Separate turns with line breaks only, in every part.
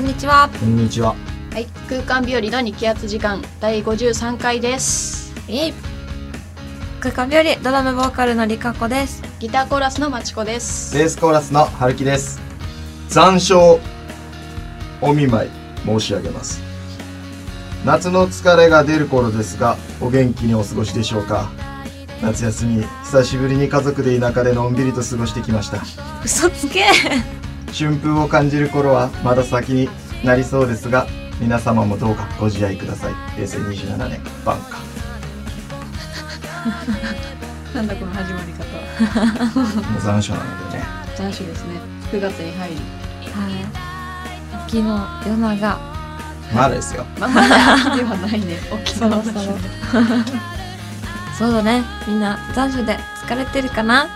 んにちは。
こんにちは。
はい、空間日和の日気圧時間第53回です。
イエイ空間日和ドラムボーカルのりかこです。
ギターコーラスのまちこです。
ベースコーラスの春樹です。残暑お見舞い申し上げます。夏の疲れが出る頃ですが、お元気にお過ごしでしょうか。夏休み、久しぶりに家族で田舎でのんびりと過ごしてきました。
嘘つけ
春風を感じる頃はまだ先になりそうですが、皆様もどうかご自愛ください。平成27年、晩夏。
なんだこの始まり方。
もう残暑なのでね。
残暑ですね。9月に入り。
はい。昨日、夜長。
まだですよ。
まあ、ではないね。沖
そ
縄
ろ
だし
そ
ね
ろ。そうだね。みんな残暑で疲れてるかな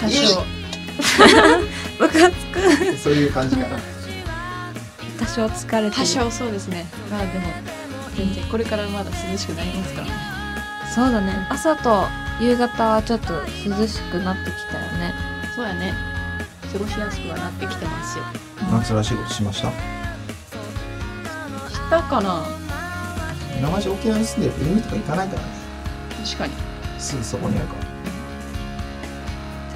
多少。
ムカつく。
そういう感じかな。
多少疲れてる。
多少そうですね。まあでも、全然これからまだ涼しくなりますからね。
そうだね。朝と夕方はちょっと涼しくなってきたよね。
そうやね。過ごしやすくはなってきてますよ。
夏らしいことしました
したかな
今まで沖縄に住んでる海とか行かないからね
確かに。
すぐそこにあるから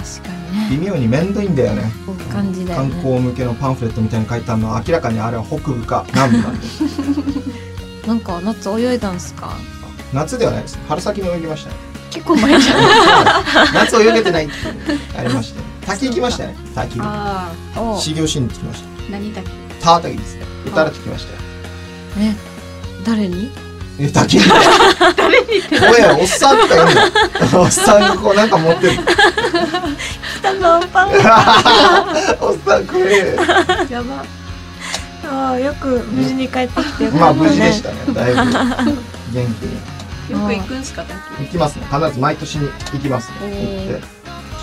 確かにね。
微妙に面倒いんだよね
感じだよ
観
ね。
光向けのパンフレットみたいに書いてあるのは明らかにあれは北部か南部なん で
なんか夏泳いだんすか
夏ではないです春先に泳ぎましたね
結構前じゃん。
夏泳げてないっていうのがありまして滝行きましたね滝
あ
おう
修行しに行ってきました
あ、何だっけ
タータキですね打たれ てきましたよ
え、誰に
え滝誰に声おっさんとか言うんだよおっさんがこうなんか持ってる
北のパン
おっさんこれ
やば。
ああよく無事に帰ってきてよ
ま
か
あ
ったね、
無事でしたねだい ぶ元気に
よく行くんすか、だっ
行きますね必ず毎年に行きます
お
ね
ー
行って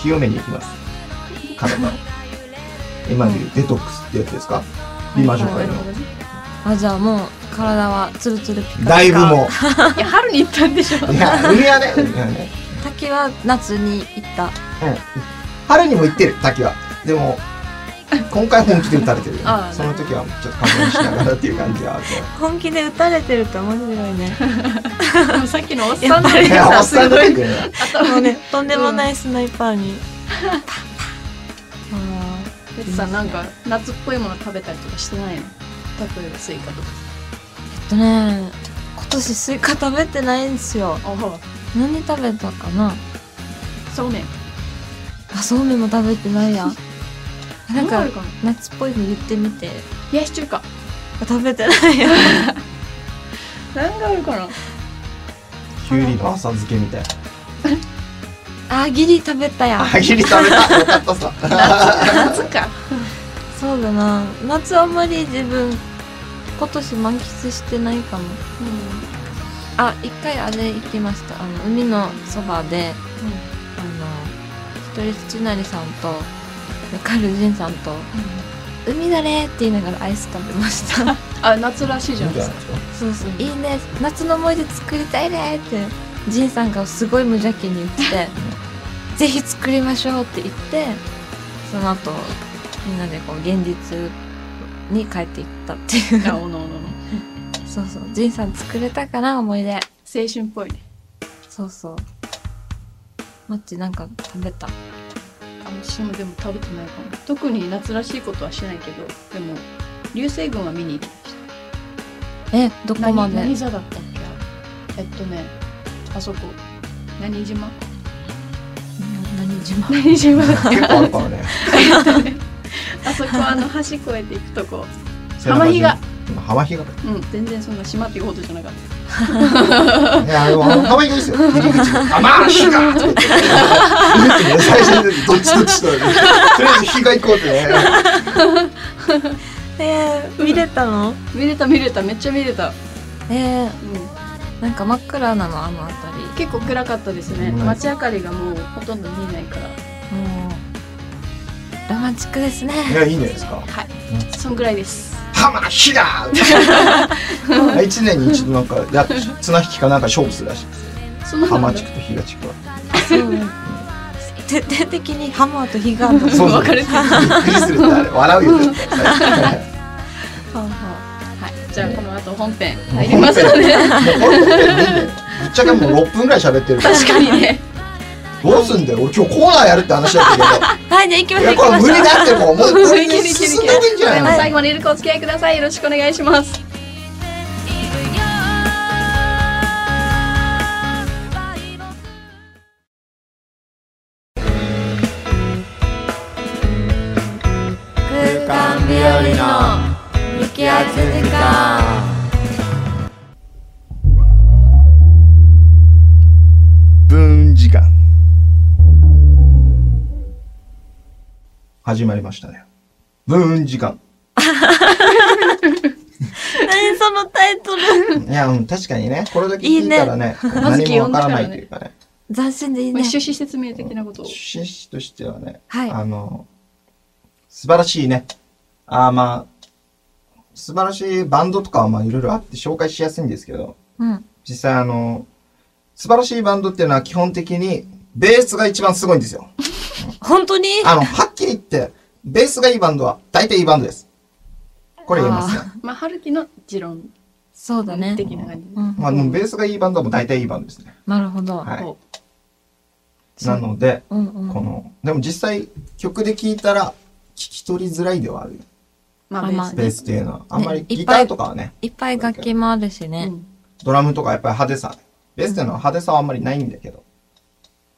清めに行きます体を今でいうデトックスってやつですか美魔女
な
会
る
の
ほどね。
あじゃあもう体はツルツルピカピカ
だいぶも
いや、春に行ったん でしょ。
ういや海はね海はね
滝は夏に行った
うん春にも行ってる滝はでも今回本気で打たれてるよね
ああ
その時はちょっと勘弁しながらっていう感じはあっ
本気で打たれてるって面白いね
でもさっきのおっ
や
さ
っ
んの
ぱ
て
り
いやおっさん出て
い
くるね
も
頭ね
うねとんでもないスナイパーに、あ
哲さんなんか夏っぽいもの食べたりとかしてないの例えばスイカとか
ーえっとね今年スイカ食べてないんですよ
あ
何食べたかな
そうめん
あそうめんも食べてないやな
何
ん
があ
か
るかな
夏っぽいの言ってみて
冷やし中華
あ食べてないや
何があるかな
きゅうりの浅漬けみたい
あギリ食べたや
なあぎり食べたよかったさ
夏か
そうだな夏あんまり自分今年満喫してないかも
う
あ一回あれ行きましたあの海のそば
んうん
であの一人土成さんとカルジンさんと「海だね」って言いながらアイス食べました
あ夏らしい
いい
じ
じ
ゃな
ゃないい
で
ですす
か
か
そうそういいね夏の思い出作りたいねってジンさんがすごい無邪気に言って 「ぜひ作りましょう」って言ってその後みんなでこう現実に帰っていったっていう
あおのおのの青
そうそうジンさん作れたかな思い出
春っぽいね
そうそうマッチなんか食べた
あ私もでも食べてないかも特に夏らしいことはしないけどでも流星群は見に行きまし
えど
た
こま
何
で
何座だったっけえっとねあそこ何島
何 島
何島だっ
結構あるからね
たあそこあの橋越えていくとこ浜比嘉
浜比嘉か
うん全然そんな島っていうほどじゃなかった
いや、でも、可愛いですよ。入り口。あ、まあ、火が。とか言って最初に、どっちどっちと。とりあえず、火が行こうってね。
えー、見れたの
見れた見れためっちゃ見れた、うん、
えー、なんか真っ暗なのあの辺り
結構暗かったですね
うん
街明かりがもうほとんど見えないから
もうロマンチックですね
いや、いいんじゃないですか。
はい
うん
そんぐらいです
浜火が。一年に一度、なんか、やっ、綱引きかなんか勝負するらしいです。
その
浜地区と比嘉地区は。
そう徹底的にハマーとヒガード
そうそう
別れてる
びっくりするって、あれ、笑うよ。絶対
はあはあはいじゃあこの後本編入りますので
もうこれ本編でいいんだよぶっちゃけもう6分ぐらい喋ってるから
確かにね
どうすんだよ俺今日コーナーやるって話だった
はい、じゃあ行きま
け
し
ど
ょ
いや
う行き
これ
ましょ
無
う。
理だってもうもう
いけるいけるいける
進んだ方がいいんじゃ
でも
ないの
最後までゆるくお付き合いくださいよろしくお願いします
空間日和の雪圧時間
分時間始まりましたね分時 間
何そのタイトル
いや、うん、確かにねこれだけ聞いたら ね
ず
何
気
も
温だ
わか
か
らな
らね
いというかね
斬新でいい
まあ
ね
趣旨説明的なことを
趣旨としてはね、
はい
あの素晴らしいねあーまあ素晴らしいバンドとかはまあいろいろあって紹介しやすいんですけど
うん
実際あの素晴らしいバンドっていうのは基本的にベースが一番すごいんですよ
本当に
あの、はっきり言って、ベースがいいバンドは大体いいバンドです。これ言えますね。
まあ春樹の持論
そうだね
的な感じ
う
で
ん
まあ、でもベースがいいバンドはもう大体いいバンドですね。
なるほど
はい
こう
なので、
うんうん
この、でも実際曲で聴いたら聞き取りづらいではあるよ。
ま
あ
あ
まあ
ベ
ベ
ー
ー
ス
ス
っていうのは。あんまり
ねい
ギ
っ
タ
ぱい
ーとかはね、
いっぱい楽器もあるし
ね
ね
ドラムとかやっぱり派手さ。ベースっていうのは派手さはあんまりないんだけど、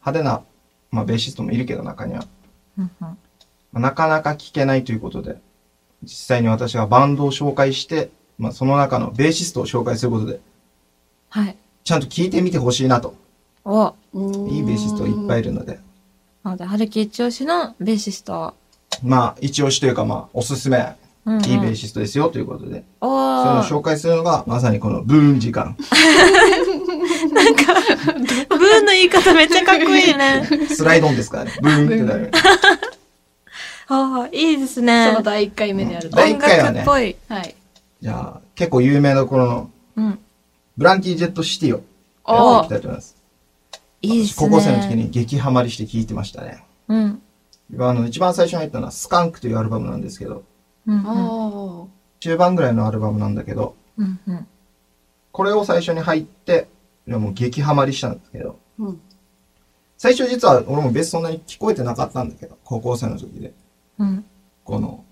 派手な、まあベーシストもいるけど中には、
うんうん
まあなかなか聴けないということで、実際に私がバンドを紹介して、まあその中のベーシストを紹介することで、
はい
ちゃんと聴いてみてほしいなと。
お
いいベーシストいっぱいいるので、
なので春樹一押しのベーシスト
まあ、一押しというか、まあ、おすすめ、
うんうん
いいベーシストですよということで、
お
それを
ー
紹介するのが、まさにこのブーン時間。
なんかブーの言い方めっちゃかっこいいね
スライドンですからね。ブーンってなる。
あーいいです
そ
ね
の第1回目であると
第
音
一回はね
楽っぽい
はい
じゃあ、結構有名なこの、
うん
ブランキー・ジェット・シティをやっていきたいと思います。
いいです
高
ね
校生の時に激ハマりして聴いてましたね。
うん
あの、一番最初に入ったのは、スカンクというアルバムなんですけど、
うんうん
お
中盤ぐらいのアルバムなんだけど、
うんうん
これを最初に入って、いやもう激ハマりしたんですけど、
ーうん
最初実は俺もベースそんなに聞こえてなかったんだけど、高校生の時で。
うん
この、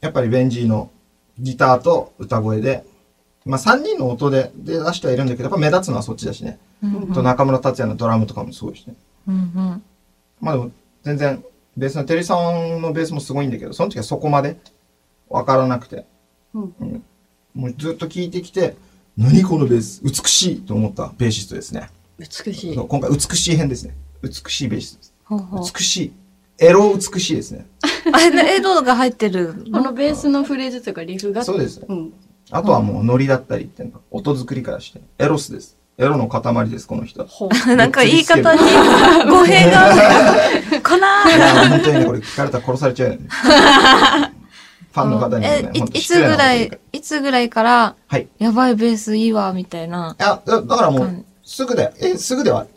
やっぱりベンジーのギターと歌声で、まあ3人の音でで出してはいるんだけど、やっぱ目立つのはそっちだしね。
うん
う
あと中村達也のドラムとかもすごいしね。
うんうん
まあでも全然、ベースのテリーさんのベースもすごいんだけど、その時はそこまでわからなくて、
うん
うんもうずっと聴いてきて、何このベース、美しいと思ったベーシストですね。
美しい
そう今回美しい編ですね。美しいベーシストです。
ほうほう
美しい。エロ美しいですね。
あれ、エドが入ってる
この
の
ベースのフレーズというかリフが
そうです。
うん
あとはもうノリだったりっていうのは音作りからして、エロスです。エロの塊です、この人は。
ほう
なんか言い方に語弊があ る。か
い
な
やー、本当にね、これ聞かれたら殺されちゃうよ ね。ファンの方にもね、
え、い
本当
い
失礼
つ
な
ぐ
こと
ら
言う
い
か、
いつぐらいから、
はい
やばいベースいいわ、みたいな。
らいやだ、だからもう、すぐだよ。え、すぐではある。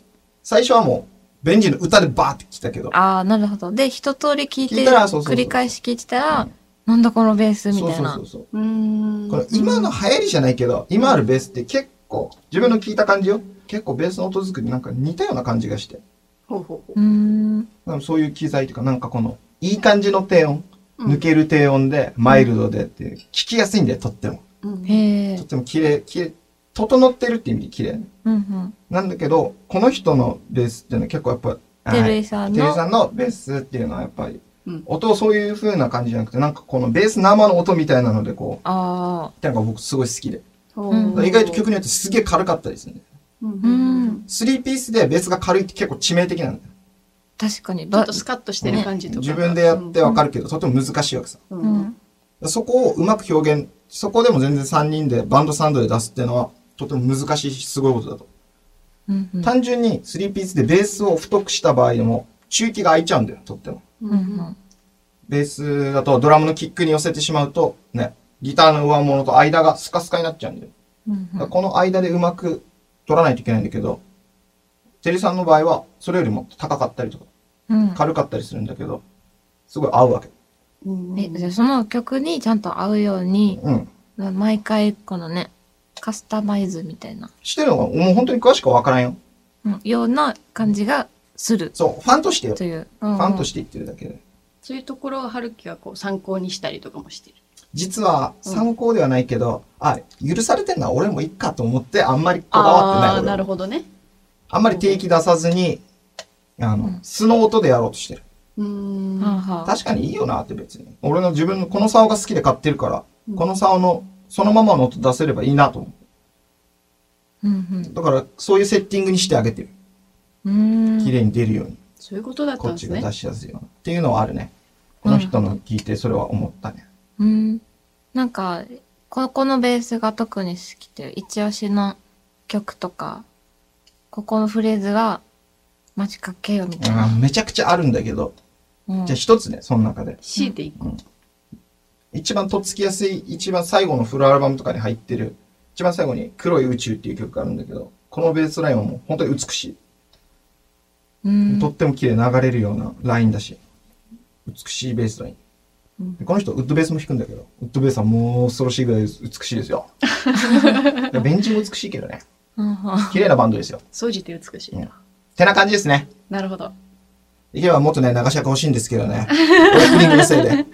最初はもう、ベンジの歌でバーって来たけど、
ああ、なるほど。で、一通り聞い
聞い
て、
たらそうそうそう
繰り返し聞いてたら、なんだこのベースみ
そう
たい
そう
な
そう。そう。
うーん
この今の流行りじゃないけど、今あるベースって結構、自分の聞いた感じよ。結構ベースの音作りなんか似たような感じがして。
ほうほうほ
うーん。
なんかそういう機材というか、なんかこの、いい感じの低音、
うん
抜ける低音で、マイルドでっていう、聞きやすいんだよ、とっても。
ううん
へえ
とっ。ても綺麗、綺麗、整ってるって意味で綺麗。
うんうん。
なんだけど、この人のベースっていうのは結構やっぱ、
テ
は
ル
い
イさん
テレビ
の、
さんのベースっていうのはやっぱり、
うん
音をそういう風な感じじゃなくて、なんかこのベース生の音みたいなので、こ
ああ、
う、っていうのが僕すごい好きで。
ほ
うん
う
意外と曲によってすげえ軽かったりするね。
うん
うん
スリーピースでベースが軽いって結構致命的なんだよ。
確かに。
ちょっ
だ
とスカッとしてる感じとか
自分でやってわかるけど、とても難しいわけさ。
う
うんん。
そこをうまく表現、そこでも全然3人でバンドサウンドで出すっていうのは、とても難しいし、すごいことだと。
うんうん。
単純に3ピースでベースを太くした場合でも、中期が空いちゃうんだよ、とっても。
う
うんうんん
ベースだとドラムのキックに寄せてしまうと、ね、ギターの上物と間がスカスカになっちゃうんだよ。
うん
だ
う
から
ん。
この間でうまく取らないといけないんだけど、テリーさんの場合は、それよりも高かったりとか、
うん
軽かったりするんだけど、すごい合うわけ。
うん
えじゃあその曲にちゃんと合うように、
うん。
毎回このねカスタマイズみたいな、
してるのが、もう本当に詳しくは分からんよ。
うん、ような感じがする
そう、ファンとしてよ。
と
フ
いう、
ァンと
して
して言ってるだけで。
そういうところを春樹はこう参考にしたりとかもしてる。
実は
うん
参考ではないけど、あ、許されてんのは俺もいっかと思って、あんまりこだわってない
ああ、
俺は
なるほどね。
あんまり定期出さずに、あ
う
の
ん、
素の音でやろうとしてる。
うーん。
はあはあ
確かにいいよなって別に。俺の自分のこの竿が好きで買ってるから、
うん
この竿のそのままの音出せればいいなと思
うん
う。だから、そういうセッティングにしてあげてる。
うんうーん
綺麗に出るように。
そういうことだった
こ
ん
っ
です
ち
ね。
が出しやすいように。っていうのはあるね。この人の聞いてそれは思ったね。
うんなんかここのベースが特に好きで一押しの曲とかここのフレーズがマジかっけえよみたいな、
うんめちゃくちゃあるんだけど、
うん
じゃあ一つね、その中で。
強いていく。
一番とっつきやすい、一番最後のフルアルバムとかに入ってる、一番最後に黒い宇宙っていう曲があるんだけど、このベースラインはもう本当に美しい。
うん
とっても綺麗流れるようなラインだし、美しいベースライン。
うん
でこの人、ウッドベースも弾くんだけど、ウッドベースはもう恐ろしいぐらい美しいですよ。いやベンチも美しいけどね。
うんうん
綺麗なバンドですよ。
総じて美しい。
うんてな感じですね。
なるほど。
できればもっとね、流し役欲しいんですけどね。オープニングのせいで、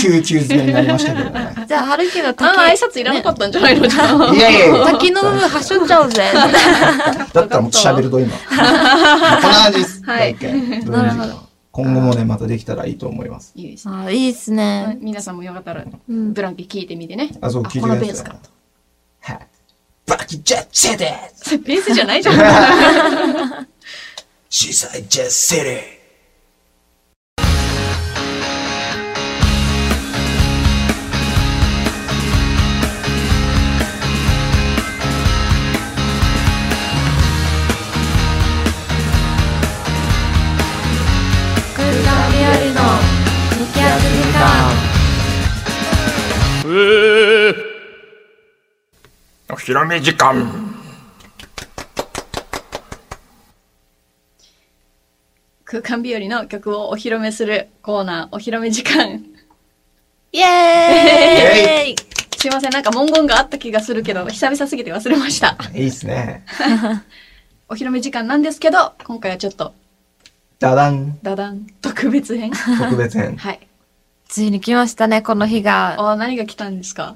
急急詰めになりましたけどね。
じゃあ春樹の
ああ、挨拶いらなかったんじゃないのじゃあ。
いやいやい や
滝の部分はしょっちゃおう ぜ。
だったらもう喋ると今。こんな感じです。
はい
第一回
なるほど
今後もね、またできたらいいと思います。
いいですね。
あいいですね。
皆さんもよかったら、
うん
ブランケ聞いてみてね。
あ、そう、
あ
聞いて
こ
くだ
の
さ
ベ
い
ースか。
はい。バキジャッチェで
ベースじゃないじゃん。
シーサイジェッセリー
空間日和の激アツ時間。
お披露目時間。
空間日和の曲をお披露目するコーナー、お披露目時間。
イエーイ。
すいません、なんか文言があった気がするけど、久々すぎて忘れました。
いいですね。
お披露目時間なんですけど、今回はちょっと、
ダダン、
ダダン、特別 編。
特別編。
はい。
ついに来ましたねこの日が。
ああ、何が来たんですか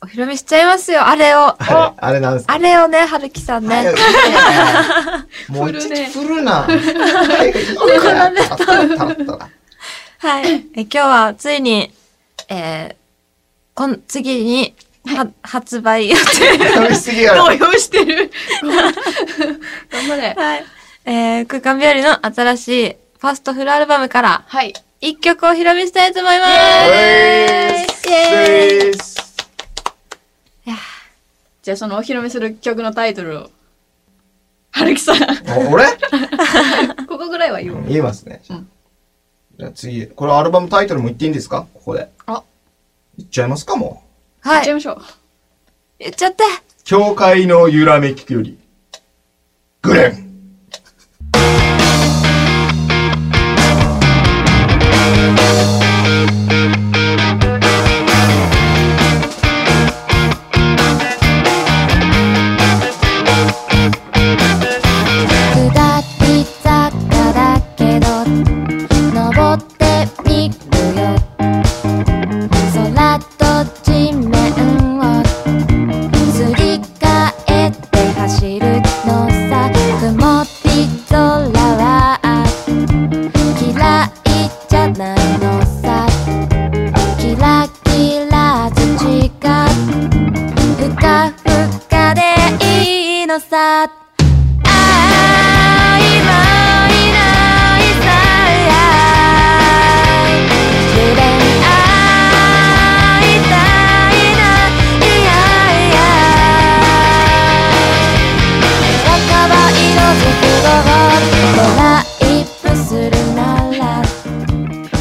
お披露目しちゃいますよあれを。
あれ、あれなんですか
あれをね春樹さん
あれ
ね。
もう一
フルね
日フルな。はいいいから タラッタラッタラ
はい。え今日はついにえーこん次には発売予定。
食べ過ぎやろ
動。揺してる。 頑張れ。
はい。えー空間日和の新しいファーストフルアルバムから
はい。
一曲をお披露目したいと思います。イエーイ。
じゃあそのお披露目する曲のタイトルを。はるきさ ん、
お俺
ここぐらいは言おう。
言いますね。
うん
じゃあ次、これアルバムタイトルも言っていいんですかここで。
あ、
言っちゃいますかもう。
言
は
っちゃい
い。
ましょう。
言っちゃって。
教会の揺らめきより、グレン。
下り坂だけど登ってみるよ空と地面をすり替えて走るのさ曇り空は嫌いじゃないのさキラキラ土がふかふかでいいのさ曖昧ないさや無限会いたいないやいや若葉色づくをドライブするなら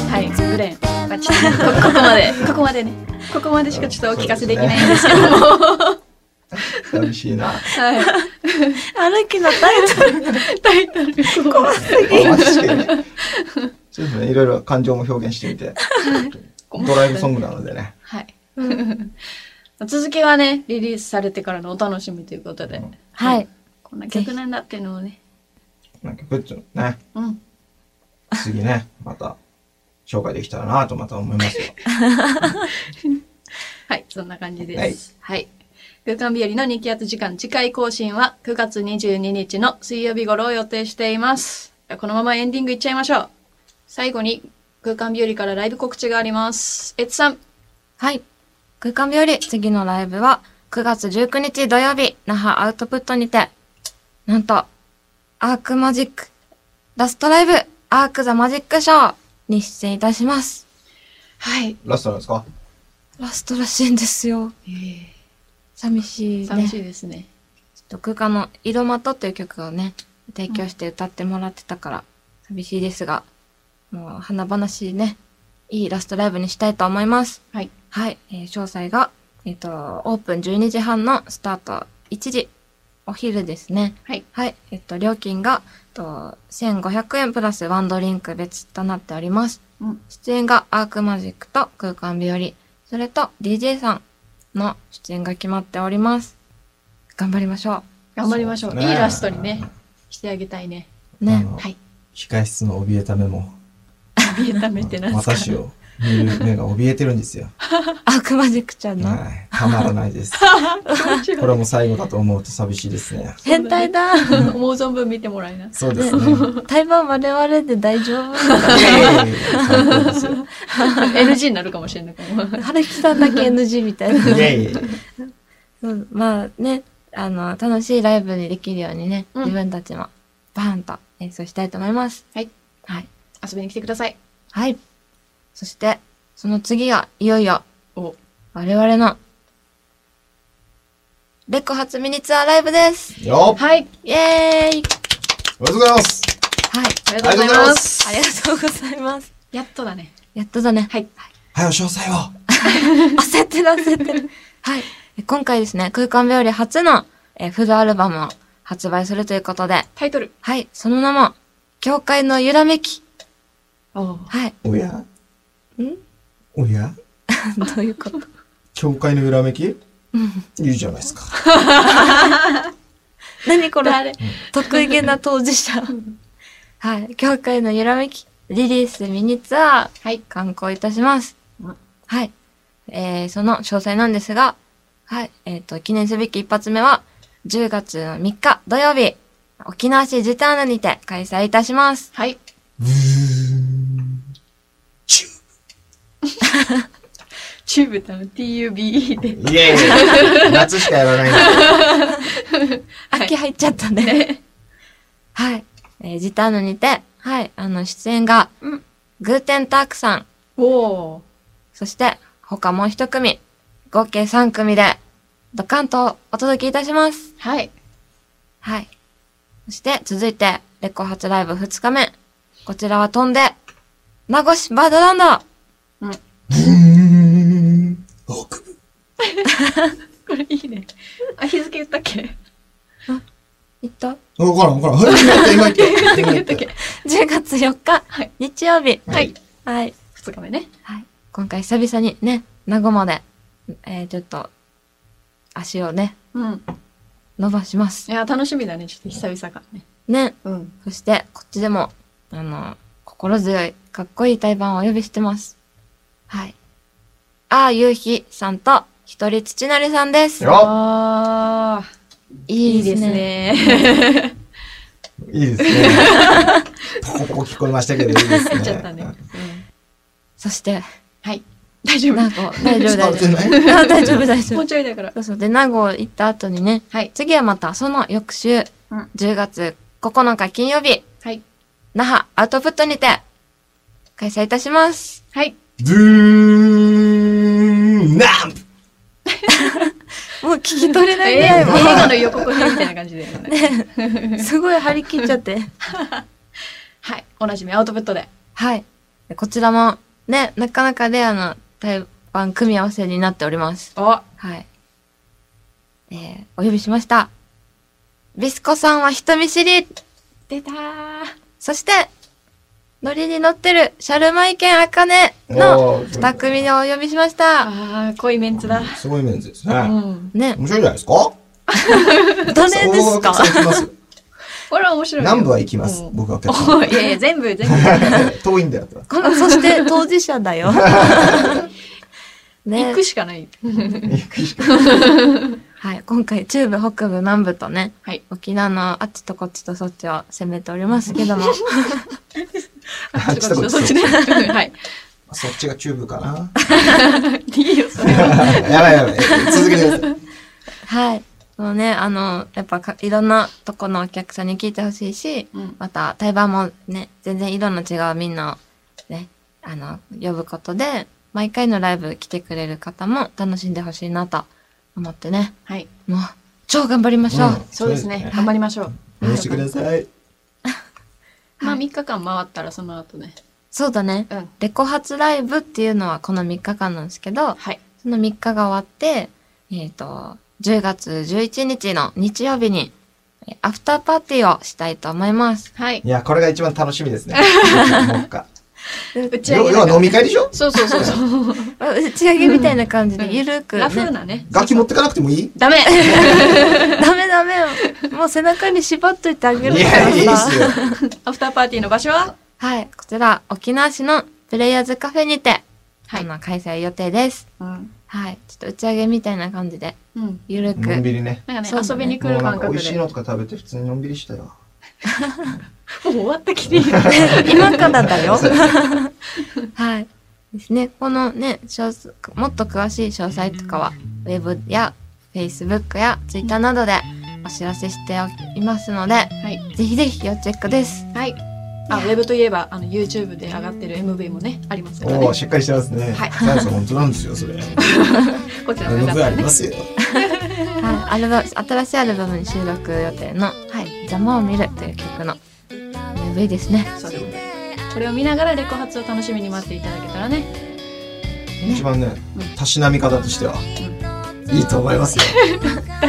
はい、グレン。あ、ちょっと、ここまで、ここまでね。ここまでしかちょっとお聞かせできないんです けども。
寂しいな。
は
歩きのタイトル。
い。タイトル。
確かに。ちょっとね、いろいろ感情も表現してみて。ドライブソングなのでね。
はい。 続きはね、リリースされてからのお楽しみということで。
はい。
こんな曲なんだっていうのをね。
なんか、ぶっちょ、ね、
うん。
次ね、また、紹介できたらなとまた思いますよ。
はい、そんな感じです。はい。空間日和の日気圧時間、次回更新は9月22日の水曜日頃を予定しています。このままエンディングいっちゃいましょう。最後に空間日和からライブ告知があります。えつさん。
はい。空間日和、次のライブは、9月19日土曜日、那覇アウトプットにて、なんと、アークマジック、ラストライブ、アークザマジックショーに出演いたします。
はい。
ラストなんですか
ラストらしいんですよ。寂しいね。
寂しいですね。
ちょっと空間の色まとっていう曲をね、提供して歌ってもらってたから、寂しいですが、もう華々しいね、いいラストライブにしたいと思います。
はい。
はい。えー詳細が、えっ、と、オープン12時半のスタート1時、お昼ですね。
はい。
はい。えっ、と、料金が、えっと、1500円プラスワンドリンク別となっております。
うん
出演がアークマジックと空間日和、それと DJ さんの出演が決まっております。頑張りましょ
頑張りましょう。
そで
い
す
い
ね
ラストにね、してあげたいね。
う。ね。
あの
はい。
控室の怯えた目も、
怯えた目ってなんですか
私を見る目が怯えてるんですよ。
アークマジックちゃんの。
はい。たまらない です。
気持ち
こ
悪
れも最後だと思うと寂しいですね。
変態だ。
い思う存分見てもらいな。
そうですね。
台湾我々で大丈夫
最高です よ
NG になるかもしれ ないから。
春樹さんだけ NG みた いな。
イェイ
うんまあね、あの、楽しいライブにできるようにね、
うん
自分たちもバーンと演奏したいと思います。
はい。
はい。
遊びに来てください。
はい。そして、その次が、いよいよ、
お、
我々の、レコ発ミニツアーライブです
よっ
はい。
イエーイ
おめでとうございます
はい。
ありがとうございます。
ありがとうございます。
やっとだね。
やっとだね。
はい。
はよ、詳細を
焦ってる焦ってる。はい。え今回ですね、空間日和初の、えーフルアルバムを発売するということで、
タイトル。
はい、その名も、教会の揺らめき。
お
はい。
おやん おや
どういうこと
教会の裏めきいいじゃないですか。
何こ
誰
れ得意げな当事者。 はい。教会の揺らめき、リリースミニツアー、
はい。
観光いたします
うん。
はい。えー、その詳細なんですが、はい。えっ、と、記念すべき一発目は、10月の3日土曜日、沖縄市ジターナにて開催いたします。
はい。
チュ
チューブってあの TUBE で。
イエーイ夏しかやらないんだ。
はい
秋入っちゃったね。はい。えージターヌにて、はい、あの、出演が、
うん
グーテンタークさん、
おー。
そして、他もう一組、合計3組で、ドカンとお届けいたします。
はい。
はい。そして、続いて、レコ発ライブ2日目。こちらは飛んで、名護市バードランド
ブーン北部
これいいね。あ、日付言ったっけ
えっと、
わからんわからん。はい、今言った、今
言
言
っ
ったた。
っけ
10月4日、
はい
日曜日。
はい。
はい。
二日目ね。
はい。今回久々にね、名護まで、えーちょっと、足をね、
うん。
伸ばします
い。や、楽しみだね。ちょっと久々がね。
ね。
うん。
そして、こっちでも、あの、心強い、かっこいい対バンをお呼びしてます。はい。あーゆうひさんと、ひとりつちなりさんです。
よ
あー。い
い
い
い
で
ですすね。
ね。
いいです ね。ポコポコ聞こえましたけど、いいですね。
言っちゃったね。うん
そして、
はい。大丈夫。
名護、大丈夫、
伝わ
大
って
丈夫。
ない
あ大丈夫、大丈
もう
夫。
ちょいだから。
そうそう。で、名護行った後にね、
はい。
次はまた、その翌週、
うん
10月9日金曜日、
はい。
那覇アウトプットにて、開催いたします。
はい。
ブーンナンプ
もう聞き取れない
映
ぐらいも
画の予告編みたいな感じで。
う、 すごい張り切っちゃって。
はい。おなじみ、アウトプットで。
はい。こちらも、ね、なかなかレアな対バン組み合わせになっております。
お
はい。えー、お呼びしました。ビスコさんは人見知り
出たー。
そして、ノリに乗ってる、シャルマイケンアカネの
おー
二組でお読みしました。
ああ、濃いメンツだ。
すごいメンズです
う
ね。
ん。
ね、
面白いじゃないですか
どれです
僕は
か
たくさん行きます。
これは面白いよ。
南部は行きます
う。ん
僕は結構。
おいやいや、全部、全部。
遠いんだよ。
このそして当事者だよ。ね
行くしかない。
行くしか
はい、今回中部、北部、南部とね、
はい
沖縄のあっちとこっちとそっちを攻めておりますけども、
あっちとこっち
そっちね。はい。
そっちがチューブかな。
いいよ、それは。
やばいやばい。続けてください。
はい。もうね、あの、やっぱかいろんなとこのお客さんに聞いてほしいし、
うん
また対バンもね、全然色の違うみんなをね、あの、呼ぶことで、毎回のライブ来てくれる方も楽しんでほしいなと思ってね、
はい。
もう、超頑張りましょう。
うん
そうですね。頑張りましょう。
応援してください。
まあ、3日間回ったらその後ね。
そうだね。
うん。
レコ発ライブっていうのはこの3日間なんですけど、
はい。
その3日が終わって、えっ、と、10月11日の日曜日に、えアフターパーティーをしたいと思います。
はい
い。や、これが一番楽しみですね。目下
打ち上
要
げだ
要
か
は
ら
飲。み会でしょ
そうそうそうそう。
あ打ち上げみたいな感じ
うん
で、ゆるく、ね
ラフなね。
楽器持ってかなくてもいい
ダメ
ダメダメ。もう背中に縛っといてあ
い
げるから
や、いいっ
さ
すよ。
アフターパーティーの場所は
はい、こちら、沖縄市のプレイヤーズカフェにて、
は
あ
い。
の、開催予定です。
うん。
はい、ちょっと打ち上げみたいな感じで、
うん。
ゆるく
のん。びりね。
なん
そ
か
う
ね、
だ
遊
ね
びに来
も
る
うな
感
んか
覚
美
で。
味しいのとか食べて普通にのんびりしたよ。
もう終わったきり。
今から だよ。はい。ですね。このね、詳細もっと詳しい詳細とかは、ウェブや Facebook や Twitter などでお知らせしておきますので、
はい。
ぜひぜひ要チェックです。
はい。あ、ウェブといえば、あの、YouTube で上がってる MV もね、ありますから
おお、
ね。
しっかりしてますね。
はい
サイズ本当なんですよ、それ。
こちら
あ
も
の
よかっ
分あ
たら
り
ね
ま。すよ。
はい。アルバ新しいアルバムに収録予定の、はい。ざまを見るという曲の MV ですね。
そうでもこれを見ながらレコ発を楽しみに待っていただけたらね。
一番ね
うん、
たしなみ方としては、いいと思います よ。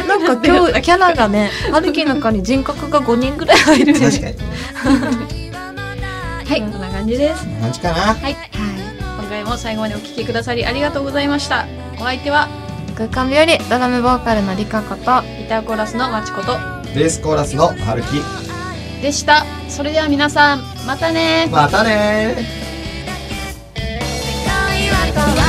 なんか 今日キャラがね、春樹の中に人格が5人ぐらい入ってる。
確かに。
はい、こんな感じです。
こんな感じかな。
はい。今回も最後までお聞きくださりありがとうございました。お相手は、
空間日和、ドラムボーカルのりかこと、
ギターコーラスのまちこと
ベースコーラスの春樹。
でした。それでは皆さん、またね
またねー。
恋は怖い